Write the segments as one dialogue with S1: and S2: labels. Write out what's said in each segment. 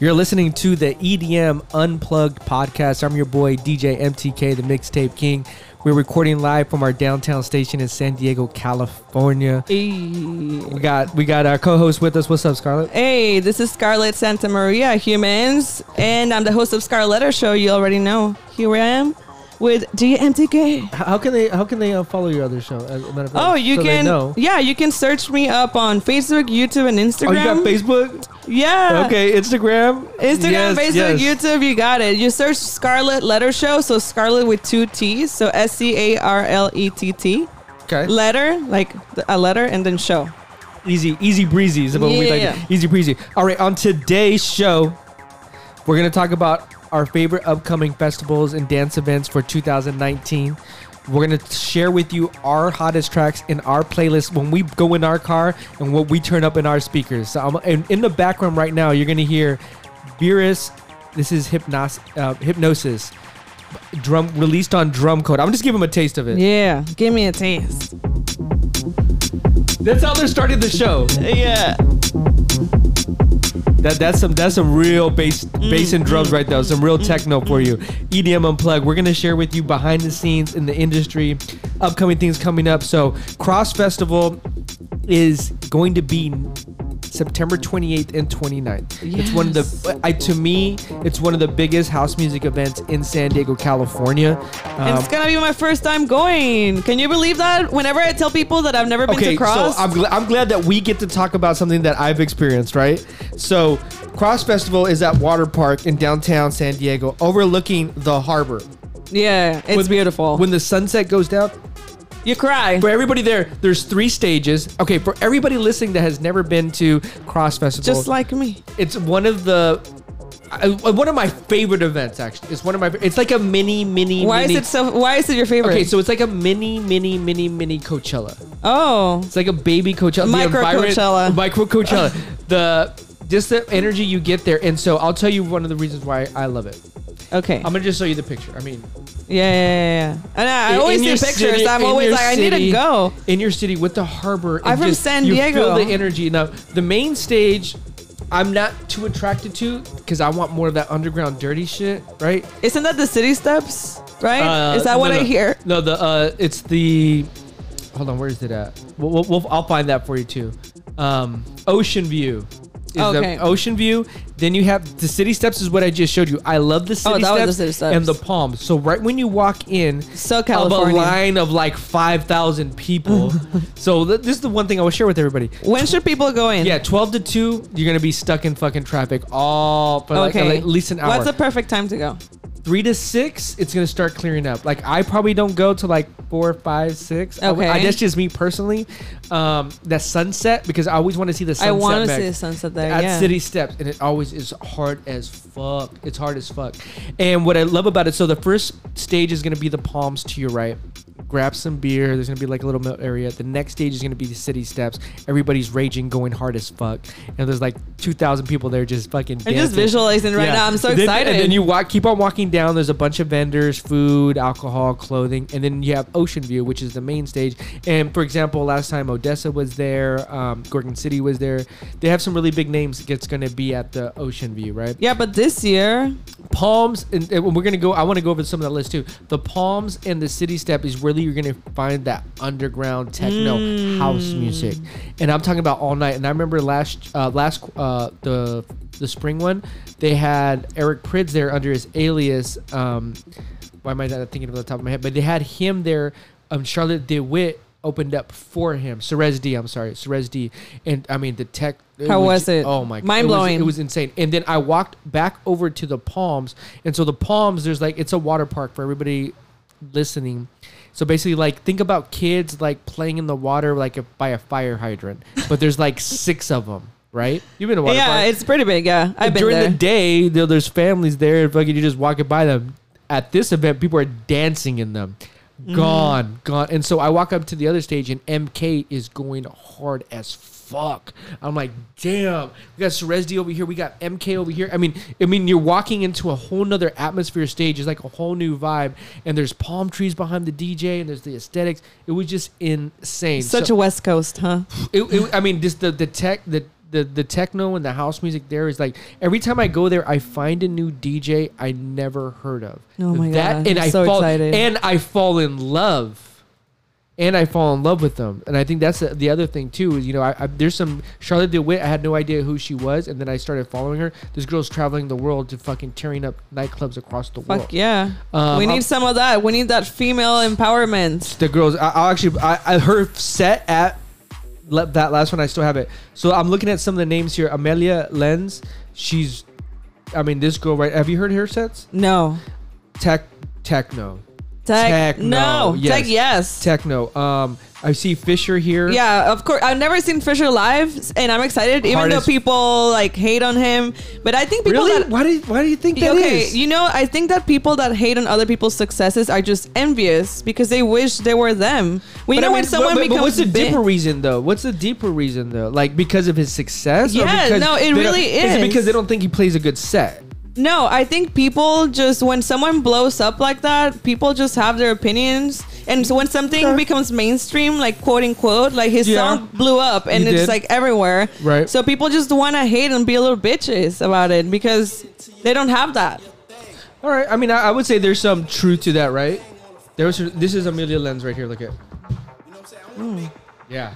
S1: You're listening to the EDM Unplugged podcast. I'm your boy DJ MTK, the Mixtape King. We're recording live from our downtown station in San Diego, California. We
S2: Hey.
S1: got we got our co-host with us. What's up, Scarlett?
S2: Hey, this is Scarlett Santa Maria, humans, and I'm the host of Scarletter Show. You already know. Here I am with DMTK.
S1: How can they how can they uh, follow your other show? As a matter of fact,
S2: Oh, you
S1: so they
S2: can,
S1: know.
S2: yeah, you can search me up on Facebook, YouTube, and Instagram.
S1: Oh, you got Facebook?
S2: Yeah.
S1: Okay, Instagram.
S2: Instagram,
S1: Yes,
S2: Facebook,
S1: yes.
S2: YouTube, you got it. You search Scarlet Letter Show, so Scarlet with two T's, so S C A R L E T T.
S1: Okay.
S2: Letter, like th- a letter, and then show.
S1: Easy, easy breezy is what we
S2: Yeah,
S1: like.
S2: yeah.
S1: Easy breezy. All right, on today's show, we're gonna talk about our favorite upcoming festivals and dance events for 2019. We're gonna share with you our hottest tracks in our playlist when we go in our car and what we turn up in our speakers. So, I'm, and in the background right now, you're gonna hear Beerus. This is hypnos, uh, hypnosis, drum released on Drum Code. I'm just giving them a taste of it.
S2: Yeah, give me a taste.
S1: That's how they're starting the show.
S2: Yeah.
S1: That that's some that's some real bass bass and drums right there. Some real techno for you. EDM unplugged. We're gonna share with you behind the scenes in the industry, upcoming things coming up. So Cross Festival is going to be September 28th and 29th. It's one of the I to me it's one of the biggest house music events in San Diego, California.
S2: And
S1: Um,
S2: it's gonna be my first time going. Can you believe that? Whenever I tell people that I've never been
S1: okay,
S2: to Cross,
S1: so I'm, gl- I'm glad that we get to talk about something that I've experienced, right? So, Cross Festival is at Water Park in downtown San Diego, overlooking the harbor.
S2: yeah, it's
S1: When-
S2: beautiful.
S1: When the sunset goes down,
S2: you cry.
S1: for everybody there, there's three stages. Okay, for everybody listening that has never been to Cross Festival,
S2: Just like me.
S1: it's one of the I, uh, one of my favorite events. Actually, it's one of my. It's like a mini, mini.
S2: Why is
S1: mini,
S2: it so? Why is it your favorite?
S1: Okay, so it's like a mini, mini, mini, mini Coachella.
S2: oh,
S1: It's like a baby Coachella.
S2: Micro Coachella.
S1: Micro Coachella. the just the energy you get there, and so I'll tell you one of the reasons why I love it.
S2: okay.
S1: I'm gonna just show you the picture. I mean,
S2: yeah, yeah, yeah, yeah. And I, I
S1: in-
S2: always
S1: in
S2: see
S1: your
S2: pictures.
S1: city-
S2: I'm
S1: in
S2: always
S1: your
S2: like, I need
S1: city-
S2: to go.
S1: in your city with the harbor.
S2: I'm
S1: and
S2: from
S1: just-
S2: San
S1: You feel
S2: Diego.
S1: the energy. Now the main stage, I'm not too attracted to because I want more of that underground dirty shit, right?
S2: Isn't that the city steps? Right?
S1: Uh,
S2: Is that what
S1: no,
S2: I
S1: no.
S2: hear?
S1: No, the uh, it's the. Hold on, where is it at? We'll, we'll, we'll- I'll find that for you too. Um, Ocean View. Is the
S2: Okay.
S1: Ocean View. Then you have the city steps. Is what I just showed you. I love the city,
S2: Oh, that was
S1: steps,
S2: the city steps.
S1: and the palms. So right when you walk in,
S2: So
S1: of a
S2: California.
S1: Oh, line of like five thousand people. so th- this is the one thing I will share with everybody.
S2: When should people go in?
S1: Yeah, twelve to two, you're gonna be stuck in fucking traffic all for like,
S2: Okay.
S1: at least an hour
S2: What's the perfect time to go?
S1: three to six, it's gonna start clearing up. Like I probably don't go to like four, five, six. I-
S2: Okay.
S1: I, that's just me personally. Um, that sunset because I always want to see the sunset.
S2: I want to
S1: back
S2: see the sunset there.
S1: at
S2: yeah.
S1: City Steps, and it always is hard as fuck. It's hard as fuck. And what I love about it, so the first stage is gonna be the palms to your right. Grab some beer. There's gonna be like a little melt area. The next stage is gonna be the city steps. Everybody's raging, going hard as fuck. And there's like two thousand people there just fucking.
S2: I'm just
S1: dancing.
S2: visualizing right
S1: Yeah.
S2: now. I'm so
S1: Then-
S2: excited.
S1: And then you walk, keep on walking down. There's a bunch of vendors, food, alcohol, clothing, and then you have Ocean View, which is the main stage. And for example, last time Odessa was there, um, Gorgon City was there. They have some really big names that's going to be at the Ocean View, right?
S2: yeah, but this year,
S1: Palms, and, and we're going to go. I want to go over some of that list too. The Palms and the City Step is really you're going to find that underground techno
S2: Mm.
S1: house music, and I'm talking about all night. And I remember last uh, last uh, the the spring one, they had Eric Prids there under his alias. Um, why am I not thinking of the top of my head? But they had him there. Um, Charlotte DeWitt opened up for him. Serez D, I'm sorry, Serez D, and I mean the tech.
S2: How was it?
S1: Oh my, it was-
S2: Mind-blowing.
S1: It was was insane. And then I walked back over to the Palms, and so the Palms, there's like it's a water park for everybody listening. So basically, like think about kids like playing in the water like a, by a fire hydrant, but there's like six of them, right? You've been to a water
S2: yeah,
S1: park.
S2: it's pretty big. Yeah, I've been
S1: during
S2: there.
S1: the day, there- there's families there, and fucking you just walking by them. At this event, people are dancing in them.
S2: Mm-hmm.
S1: Gone, gone. And so I walk up to the other stage, and MK is going hard as fuck. I'm like, damn. We got Serezdi over here. We got MK over here. I mean, I mean, you're walking into a whole nother atmosphere stage. It's like a whole new vibe. And there's palm trees behind the DJ, and there's the aesthetics. It was just insane.
S2: Such
S1: So-
S2: a West Coast, huh?
S1: it, it- I mean, just the the tech the the the techno and the house music there is like every time I go there, I find a new DJ I never heard of.
S2: Oh my God,
S1: and
S2: I'm
S1: I
S2: so
S1: fall
S2: excited.
S1: and I fall in love, and I fall in love with them. And I think that's the, the other thing too is you know I, I, there's some Charlotte DeWitt. I had no idea who she was, and then I started following her. This girl's traveling the world to fucking tearing up nightclubs across the world.
S2: Fuck yeah.
S1: Um,
S2: we
S1: I'll-
S2: need some of that. We need that female empowerment.
S1: the girls. I, I'll actually, I, I her set at le- that last one. I still have it. So I'm looking at some of the names here. Amelia Lenz. She's, I mean, this girl right. Have you heard her sets?
S2: No.
S1: Tech, techno,
S2: Tech.
S1: Techno,
S2: No.
S1: yes.
S2: Tech. Yes.
S1: techno. Um, I see Fisher here.
S2: Yeah, of course. I've never seen Fisher live, and I'm excited, even
S1: Hardest-
S2: though people like hate on him. But I think people
S1: Really?
S2: that
S1: Why do you, Why do you think that is?
S2: okay, you know, I think that people that hate on other people's successes are just envious because they wish they were them. We
S1: But
S2: know
S1: I
S2: when
S1: mean,
S2: someone
S1: but- but
S2: becomes
S1: what's the
S2: big-
S1: deeper reason though? What's the deeper reason though? Like because of his success? Or
S2: Yeah,
S1: because
S2: no, it
S1: they don't-
S2: really
S1: Is
S2: is.
S1: it because they don't think he plays a good set?
S2: No, I think people just when someone blows up like that, people just have their opinions. And so when something
S1: Okay.
S2: becomes mainstream, like quote unquote, like his
S1: Yeah.
S2: song blew up and
S1: He
S2: it's
S1: did.
S2: like everywhere.
S1: Right.
S2: So people just want to hate and be a little bitches about it because they don't have that.
S1: All right. I mean, I, I would say there's some truth to that, right? There was. This is Amelia Lens right here. Look at. Mm. Yeah.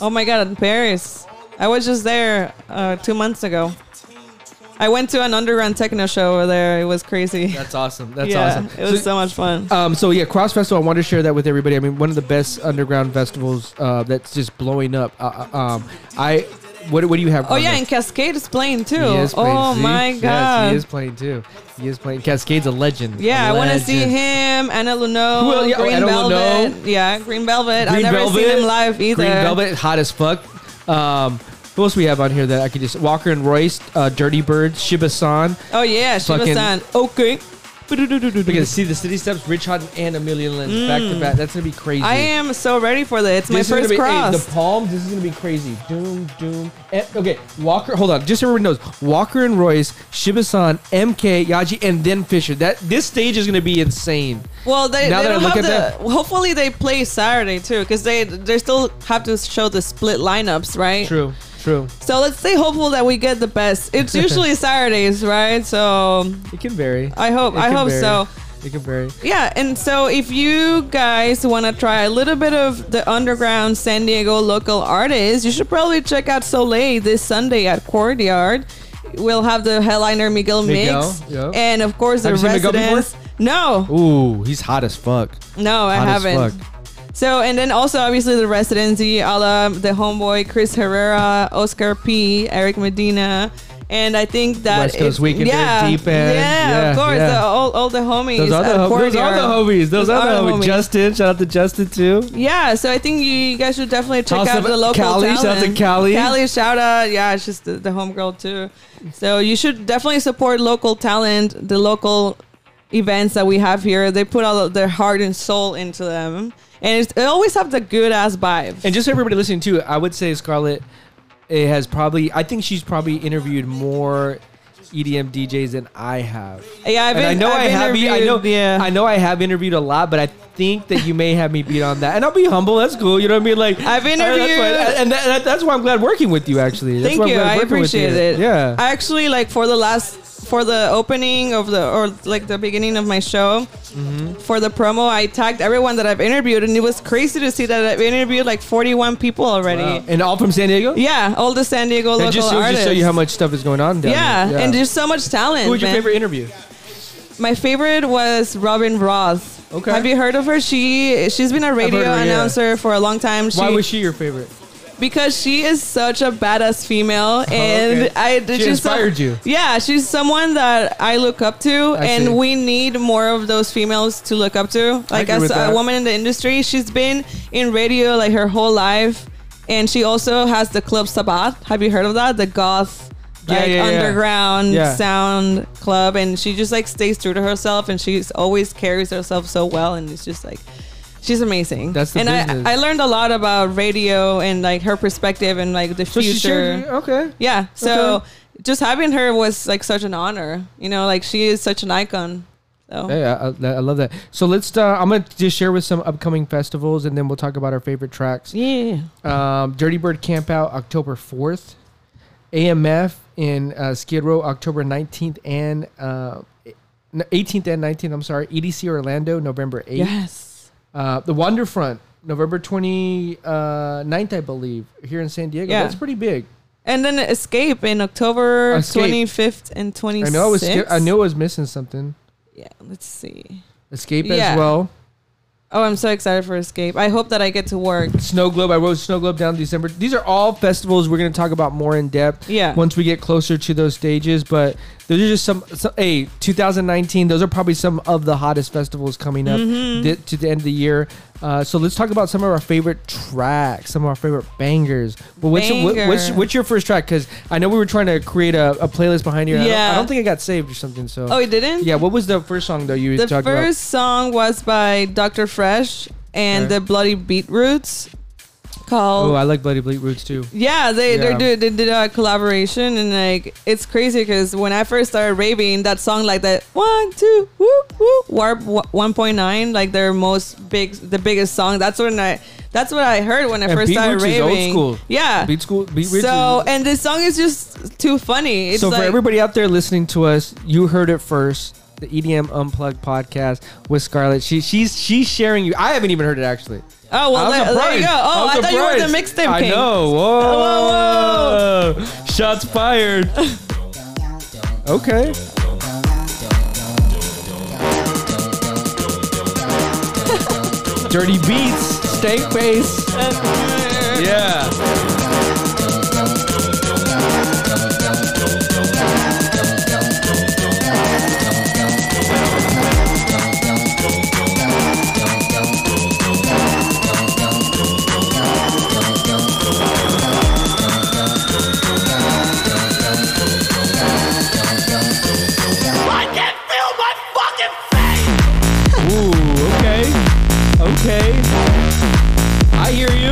S2: Oh my god, in Paris. I was just there uh, two months ago. I went to an underground techno show over there. It was crazy.
S1: That's awesome. That's
S2: yeah,
S1: awesome.
S2: It was
S1: so,
S2: so much fun.
S1: um, so yeah, Cross Festival. I want to share that with everybody. I mean, one of the best underground festivals uh, that's just blowing up. Uh, uh, um, I. What, what do you have?
S2: Oh
S1: going
S2: yeah,
S1: on?
S2: and Cascade is playing too.
S1: He is playing.
S2: oh
S1: see?
S2: my
S1: Yes,
S2: god.
S1: he is playing too. He is playing. Cascade's a legend.
S2: Yeah,
S1: I
S2: I want to see him. Anna Luneau,
S1: Who else? Yeah, oh,
S2: Green
S1: Anna
S2: Velvet. Yeah, Green Velvet. I've never seen him live either.
S1: Green Velvet, hot as fuck. Um, who else we have on here that I could just Walker and Royce, uh, Dirty Bird, Shiba-san.
S2: Oh yeah, she was
S1: Fucking-
S2: on. Okay.
S1: We're gonna see the City Steps, Rich Hutton, and a million lens back to back. That's gonna be crazy.
S2: Mm. I am so ready for that. It's my
S1: This is gonna
S2: first
S1: be, hey,
S2: cross.
S1: the Palms. This is gonna be crazy. Doom, doom. Eh, okay, Walker. Hold on. Just so everyone knows, Walker and Royce, Shibasan, MK, Yaji, and then Fisher. That this stage is gonna be insane.
S2: well, they,
S1: now
S2: they
S1: that I
S2: don't
S1: look
S2: have
S1: at
S2: the. Hopefully, they play Saturday too, because they they still have to show the split lineups, right?
S1: True. True.
S2: So let's stay hopeful that we get the best. It's usually Saturdays, right? So
S1: It can vary.
S2: I hope.
S1: It
S2: I
S1: can
S2: hope
S1: vary.
S2: so.
S1: It can vary.
S2: Yeah, and so if you guys want to try a little bit of the underground San Diego local artists, you should probably check out Soleil this Sunday at Courtyard. We'll have the headliner Miguel,
S1: Miguel,
S2: Mix,
S1: yeah.
S2: and of course the
S1: Have you seen Miguel before?
S2: residents. No,
S1: Ooh, he's hot as fuck.
S2: no, I
S1: Hot as
S2: haven't.
S1: fuck.
S2: So, and then also obviously the residency, Ala, the homeboy Chris Herrera, Oscar P, Eric Medina. And I think that
S1: West Coast
S2: it's-
S1: Weekender,
S2: yeah,
S1: Deep End,
S2: yeah,
S1: yeah,
S2: of course,
S1: yeah.
S2: the- all, all the homies,
S1: Those
S2: at
S1: other, ho- those
S2: Courtyard.
S1: other homies. Those,
S2: Those
S1: other
S2: other
S1: homies.
S2: homies.
S1: Justin. Shout out to Justin too.
S2: Yeah, so I think you, you guys should definitely check
S1: Shout out
S2: out
S1: to
S2: the local
S1: Callie, shout
S2: talent.
S1: out to Callie.
S2: Callie, shout out. Yeah, she's the, the homegirl too. So you should definitely support local talent, the local events that we have here. They put all of their heart and soul into them. And it's, they always have the good ass vibe.
S1: And just so everybody listening too, I would say Scarlett it has probably I think she's probably interviewed more E EDM DJs than I have.
S2: yeah,
S1: and
S2: I've been,
S1: I know
S2: I've
S1: I have be- I
S2: interviewed-
S1: know
S2: yeah.
S1: I know I have interviewed a lot, but I think that you may have me beat on that. And I'll be humble. That's cool. You know what I mean? Like
S2: I've
S1: I- that's why-
S2: interviewed-
S1: and that, that- that's why I'm glad working with you. Actually, that's
S2: Thank
S1: why I'm
S2: you.
S1: glad
S2: I
S1: working with you.
S2: appreciate it.
S1: Yeah.
S2: I actually like for the last for the opening of the or like the beginning of my show
S1: Mm-hmm.
S2: for the promo, I tagged everyone that I've interviewed, and it was crazy to see that I've interviewed like 41 people already.
S1: Wow. Uh, And all from San Diego.
S2: Yeah, all the San Diego
S1: That
S2: local
S1: just, shows-
S2: artists.
S1: just show you how much stuff is going on. Down
S2: yeah,
S1: there.
S2: and there's so much talent.
S1: Who was your
S2: man.
S1: favorite interview?
S2: My favorite was Robin Roth.
S1: Okay.
S2: Have you heard of her? She she's been a radio
S1: her, yeah.
S2: announcer for a long time. She,
S1: Why was she your favorite?
S2: because she is such a badass female and
S1: Oh, okay.
S2: I
S1: She
S2: she's so-
S1: inspired you.
S2: Yeah, she's someone that I look up to
S1: I
S2: and
S1: see.
S2: we need more of those females to look up to. Like
S1: agree
S2: as
S1: with
S2: a
S1: that.
S2: woman in the industry, she's been in radio like her whole life and she also has the club Sabat. Have you heard of that? The goth
S1: Yeah,
S2: like
S1: yeah, yeah.
S2: underground
S1: Yeah.
S2: sound club and she just like stays true to herself and she's always carries herself so well and it's just like she's amazing
S1: That's the
S2: and
S1: business.
S2: I, I learned a lot about radio and like her perspective and like the
S1: So
S2: future.
S1: she shared. Okay.
S2: yeah. So
S1: Okay.
S2: just having her was like such an honor. You know, like she is such an icon. So
S1: Hey, I, I I love that. So let's. Uh, I'm gonna just share with some upcoming festivals, and then we'll talk about our favorite tracks.
S2: yeah.
S1: Um, Dirty Bird Camp Out October 4th. AMF in uh, Skid Row, October 19th and uh, no, 18th and 19th. I'm sorry. EDC Orlando, November 8th.
S2: Yes.
S1: Uh, the Wonderfront, November 29th, I believe, here in San Diego.
S2: Yeah.
S1: That's pretty big.
S2: And then Escape in October
S1: Escape.
S2: 25th and 26th.
S1: I know I was. Skip- I knew I was missing something.
S2: Yeah, let's see.
S1: Escape
S2: Yeah.
S1: as well.
S2: Oh, I'm so excited for Escape. I hope that I get to work.
S1: Snow Globe. I wrote Snow Globe down December. These are all festivals we're going to talk about more in depth.
S2: Yeah.
S1: Once we get closer to those stages, but those are just some. some hey, 2019. Those are probably some of the hottest festivals coming up
S2: Mm-hmm.
S1: thi- to the end of the year. Uh, so let's talk about some of our favorite tracks, some of our favorite bangers. But what's, your- what- what's,
S2: Banger.
S1: what's your first track? Because I know we were trying to create a, a playlist behind here. I don't- I
S2: Yeah.
S1: don't, think it got saved or something. So.
S2: Oh, you didn't?
S1: yeah. What was the first song though you
S2: The
S1: talked about?
S2: first song was by Dr. Fresh and
S1: Okay.
S2: the Bloody Beetroots called
S1: Oh, I like Bloody Bleak Roots too.
S2: Yeah, they
S1: Yeah.
S2: they did they did a collaboration and like it's crazy because when I first started raving that song like that one two woo woo warp one point nine like their most big the biggest song that's when I that's what I heard when I
S1: And
S2: first
S1: Beat
S2: started
S1: Roots is old
S2: raving
S1: school.
S2: yeah
S1: Beat school. Beat Roots
S2: so
S1: is-
S2: and this song is just too funny it's
S1: so
S2: like
S1: for everybody out there listening to us, you heard it first. The EDM Unplugged podcast with Scarlett. She she's she's sharing you. I haven't even heard it actually.
S2: oh well
S1: I'm
S2: there, there you
S1: surprised.
S2: go oh
S1: I'm
S2: I thought you were the
S1: surprised.
S2: mixtape
S1: I
S2: king
S1: know. Whoa.
S2: Whoa,
S1: Shots fired. okay. Dirty beats, stank face. Yeah.
S3: I can feel my fucking face.
S1: Ooh, okay. Okay. I hear you.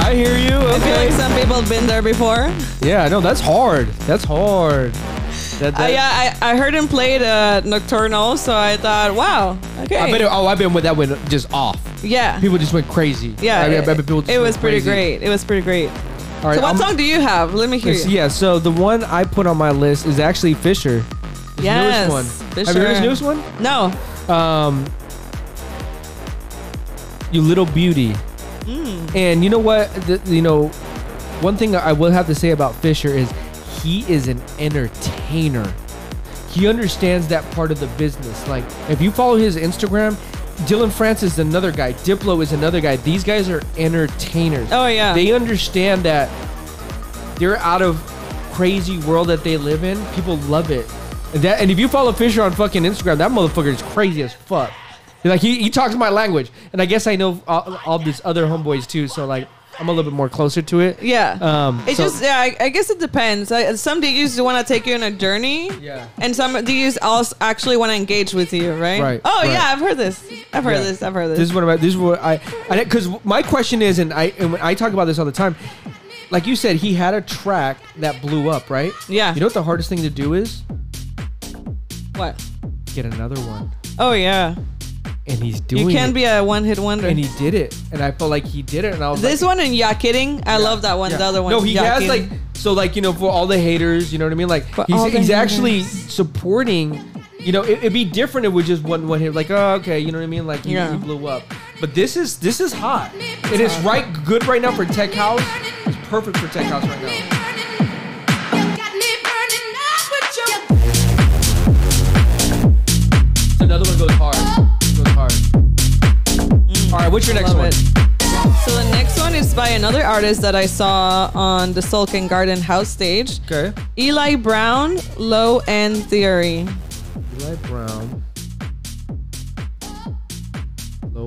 S1: I hear you.
S2: I feel
S1: Okay.
S2: like some people have been there before.
S1: yeah, no, that's hard. That's hard. That,
S2: Uh,
S1: that-
S2: yeah, I, I heard him play the Nocturnal, so I thought, wow, okay.
S1: I bet it, oh, I've been with that one just off.
S2: yeah.
S1: People just went crazy.
S2: yeah,
S1: I, mean, I
S2: it,
S1: bet people just
S2: it
S1: went
S2: was pretty
S1: crazy.
S2: great. It was pretty great.
S1: All right,
S2: so what
S1: I'm-
S2: song do you have? Let me hear
S1: it's-
S2: you.
S1: Yeah, so the one I put on my list is actually Fisher. His
S2: Yes,
S1: newest one. Have you
S2: Fisher.
S1: heard his newest one?
S2: No.
S1: um, you little beauty.
S2: Mm.
S1: And you know what? The, you know, one thing I will have to say about Fisher is he is an entertainer. He understands that part of the business. Like if you follow his Instagram, Dylan Francis is another guy. Diplo is another guy. These guys are entertainers.
S2: Oh, yeah.
S1: They understand that they're out of crazy world that they live in. People love it. And that and if you follow Fisher on fucking Instagram, that motherfucker is crazy as fuck. He's like he, he talks my language, and I guess I know all, all these other homeboys too. So like I'm a little bit more closer to it.
S2: Yeah.
S1: Um,
S2: it
S1: so-
S2: just yeah. I, I guess it depends. I, some DJs want to take you on a journey.
S1: Yeah.
S2: And some DJs also actually want to engage with you, right?
S1: Right,
S2: Oh
S1: right.
S2: yeah, I've heard this. I've heard
S1: Yeah.
S2: this. I've heard this.
S1: This is what I'm. This is what I. Because my question is, and I and I talk about this all the time. Like you said, he had a track that blew up, right?
S2: Yeah.
S1: You know what the hardest thing to do is
S2: what?
S1: get another one,
S2: Oh yeah.
S1: and he's doing.
S2: You can
S1: it.
S2: be a one-hit wonder.
S1: And he did it, and I felt like he did it, and I was like,
S2: this one and yeah, kidding. I love that one.
S1: Yeah.
S2: The other one.
S1: No, he
S2: Ya
S1: has
S2: Kidding.
S1: like so like you know for all the haters, you know what I mean? Like
S2: For all
S1: he's,
S2: the
S1: he's actually
S2: haters.
S1: supporting. You know, it, would be different if it was just one one hit. Like oh okay, you know what I mean? Like you,
S2: Yeah.
S1: you blew up. But this is this is hot. It is right good right now for tech house. It's perfect for tech house right now. So another one goes hard. Goes hard. All right, what's your next
S2: Mm. Love
S1: one?
S2: it. So the next one is by another artist that I saw on the Sulkin Garden house stage.
S1: Okay,
S2: Eli Brown, Low End Theory.
S1: Eli Brown. Low.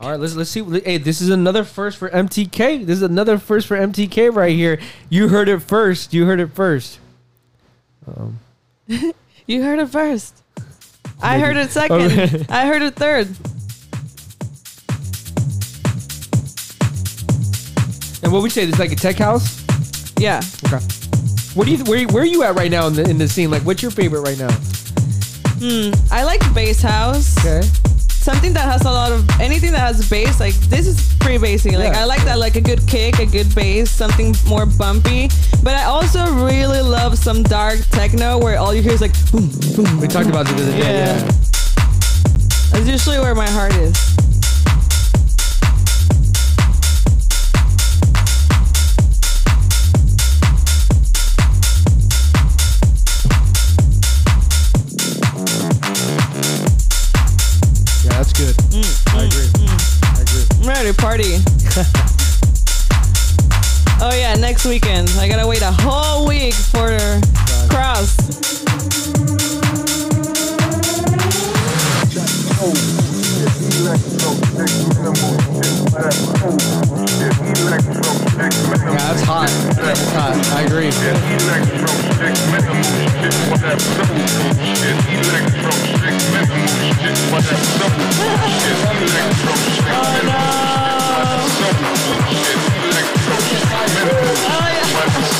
S1: All right, let's let's see. Hey, this is another first for MTK. This is another first for MTK right here. You heard it first. You heard it first. Um,
S2: You heard it first. I heard it
S1: Okay.
S2: second. I heard it third.
S1: And what we say, this is like a tech house.
S2: Yeah.
S1: Okay. What do you where where are you at right now in the
S2: Hmm.
S1: in the scene? Like, what's your favorite right now?
S2: I like Bass House.
S1: Okay.
S2: something that has a lot of anything that has bass. Like this is pretty basic. Like
S1: Yeah.
S2: I like that, like a good kick, a good bass, something more bumpy. But I also really love some dark techno where all you hear is like boom, boom.
S1: We talked about it the other day.
S2: Yeah.
S1: Yeah.
S2: That's usually where my heart is.
S1: Yeah, that's good. I agree. I agree.
S2: I'm ready to party. oh yeah, next weekend. I gotta wait a whole week for Cross.
S4: Yeah,
S1: Yeah, that's hot. That's hot. I agree.
S2: Oh,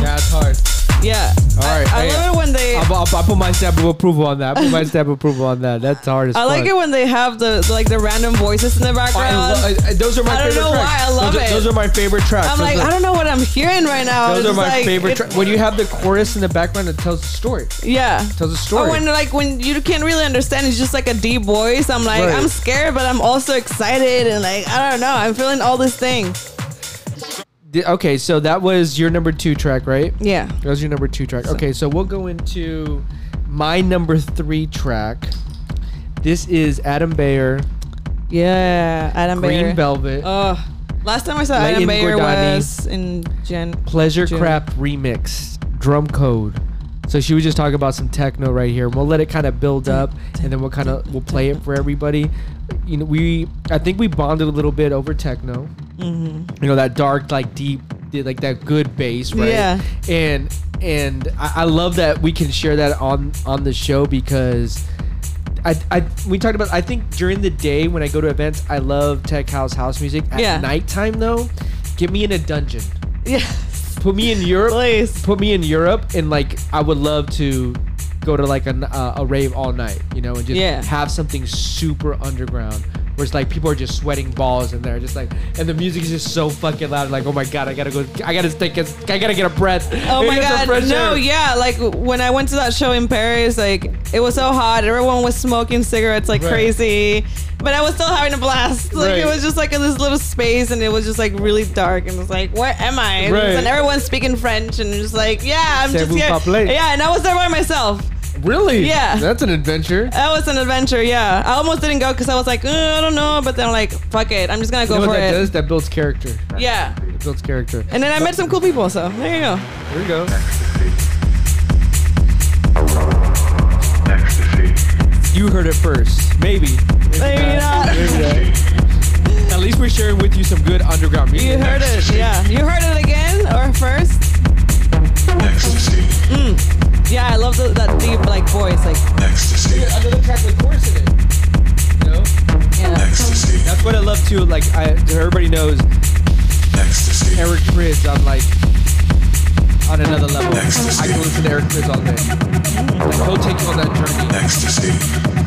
S1: Yeah, it's hard.
S2: Yeah.
S1: All right.
S2: I
S1: hey,
S2: love it when they.
S1: I'll, I'll, I'll put my stamp of approval on that. I put my stamp of approval on that. That's hard as
S2: I like
S1: fuck.
S2: it when they have the like the random voices in the
S1: I
S2: background.
S1: lo- I- I- those are my
S2: I don't
S1: favorite
S2: know
S1: tracks.
S2: why, I love
S1: those, are-
S2: it.
S1: Those are my favorite tracks.
S2: I'm
S1: Those
S2: like,
S1: are-
S2: I don't know what I'm hearing right now.
S1: Those
S2: It's
S1: are my
S2: like-
S1: favorite.
S2: it-
S1: Tra- when you have the chorus in the background that tells the story,
S2: Yeah.
S1: tells the story.
S2: Or when like when you can't really understand, it's just like a deep voice. I'm like,
S1: Right.
S2: I'm scared, but I'm also excited, and like I don't know, I'm feeling all these things.
S1: Di- okay, so that was your number two track, right?
S2: Yeah.
S1: That was your number two track. Okay, so we'll go into my number three track. This is Adam Bayer,
S2: Yeah. Adam
S1: Green
S2: Bayer.
S1: Velvet,
S2: Oh, last time I saw
S1: Leighton
S2: Adam Bayer
S1: Gordani.
S2: was in Gen.
S1: Pleasure
S2: Jim.
S1: Crap Remix, Drum Code. So she was just talking about some techno right here. We'll let it kind of build up, and then we'll kind of we'll play it for everybody. You know, we I think we bonded a little bit over techno.
S2: Mm-hmm.
S1: You know that dark, like deep, like that good bass, right?
S2: Yeah.
S1: And and I, I love that we can share that on on the show because I, I we talked about I think during the day when I go to events I love tech house house music at
S2: Yeah.
S1: nighttime though get me in a dungeon
S2: Yeah.
S1: put me in Europe
S2: Please.
S1: put me in Europe and like I would love to go to like an, uh, a rave all night you know and just
S2: Yeah.
S1: have something super underground where it's like people are just sweating balls in there just like and the music is just so fucking loud like oh my god I gotta go I gotta take a, I gotta get a breath
S2: Oh
S1: Maybe
S2: my
S1: get some
S2: god.
S1: fresh
S2: No,
S1: air.
S2: yeah. Like when I went to that show in Paris, like it was so hot. Everyone was smoking cigarettes like
S1: Right.
S2: crazy. But I was still having a blast. Like
S1: Right.
S2: it was just like in this little space and it was just like really dark and it was like, where am I? And it was-
S1: Right.
S2: And everyone's speaking French and just like, yeah, I'm
S1: C'est
S2: just
S1: vous
S2: here.
S1: pas plaît.
S2: Yeah, and I was there by myself.
S1: really
S2: Yeah. Uh,
S1: that's an adventure
S2: That was an adventure, yeah. I almost didn't go because I was like, "Uh, I don't know, but then I'm like, fuck it, I'm just gonna go
S1: you know
S2: for
S1: what that
S2: it.
S1: does that builds character
S2: Yeah.
S1: it builds character
S2: And then I met some cool people, so there you go.
S1: here we go you heard it first maybe
S2: Maybe not.
S1: At least we're sharing with you some good underground music.
S2: You heard it, yeah. You heard it again or first? Yeah, I love the, that deep like voice, like
S1: Another track with chorus in it. You know?
S2: yeah.
S1: That's what I love too. Like I, everybody knows Eric Prydz on like on another level. I can listen to Eric Prydz all day. Like, he'll take you on that journey.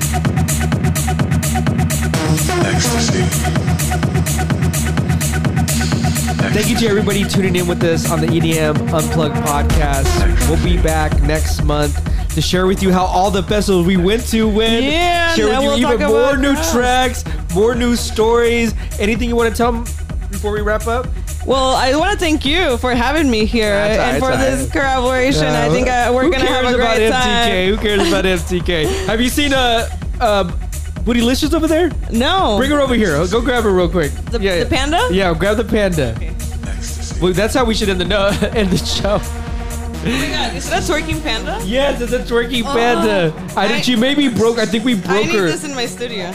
S1: Thank you to everybody tuning in with us on the EDM Unplugged podcast. We'll be back next month to share with you how all the festivals we went to went.
S2: Yeah,
S1: share
S2: now
S1: with you
S2: we'll
S1: even
S2: talk
S1: more
S2: about
S1: new
S2: that.
S1: tracks, more new stories. Anything you want to tell them before we wrap up?
S2: Well, I want to thank you for having me here
S1: That's all right,
S2: and for
S1: that's all
S2: this collaboration.
S1: Yeah,
S2: I think uh, we're
S1: who
S2: gonna have
S1: cares
S2: a
S1: about
S2: great
S1: MTK? Who cares about MTK? Have you seen uh, uh, Woody Licious over there?
S2: time. No,
S1: Bring her over here. Go grab her real quick.
S2: The- the panda?
S1: Yeah, grab the panda. Well, that's how we should end the no- end the show.
S2: Oh my God, is that twerking panda?
S1: Yes, it's a twerking panda. I think
S2: Oh, I-
S1: she maybe broke. I think we
S2: I
S1: broke
S2: need
S1: her.
S2: this in my studio.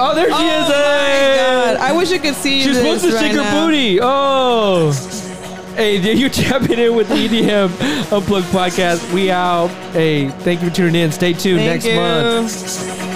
S1: oh, there she
S2: Oh
S1: is.
S2: my
S1: Hey!
S2: god! I wish you could see.
S1: She's
S2: this
S1: supposed to
S2: right
S1: shake
S2: now.
S1: her booty. Oh. Hey, did you tapping in with the E EDM Unplugged podcast? We out. Hey, thank you for tuning in. Stay tuned
S2: Thank
S1: next
S2: you.
S1: month.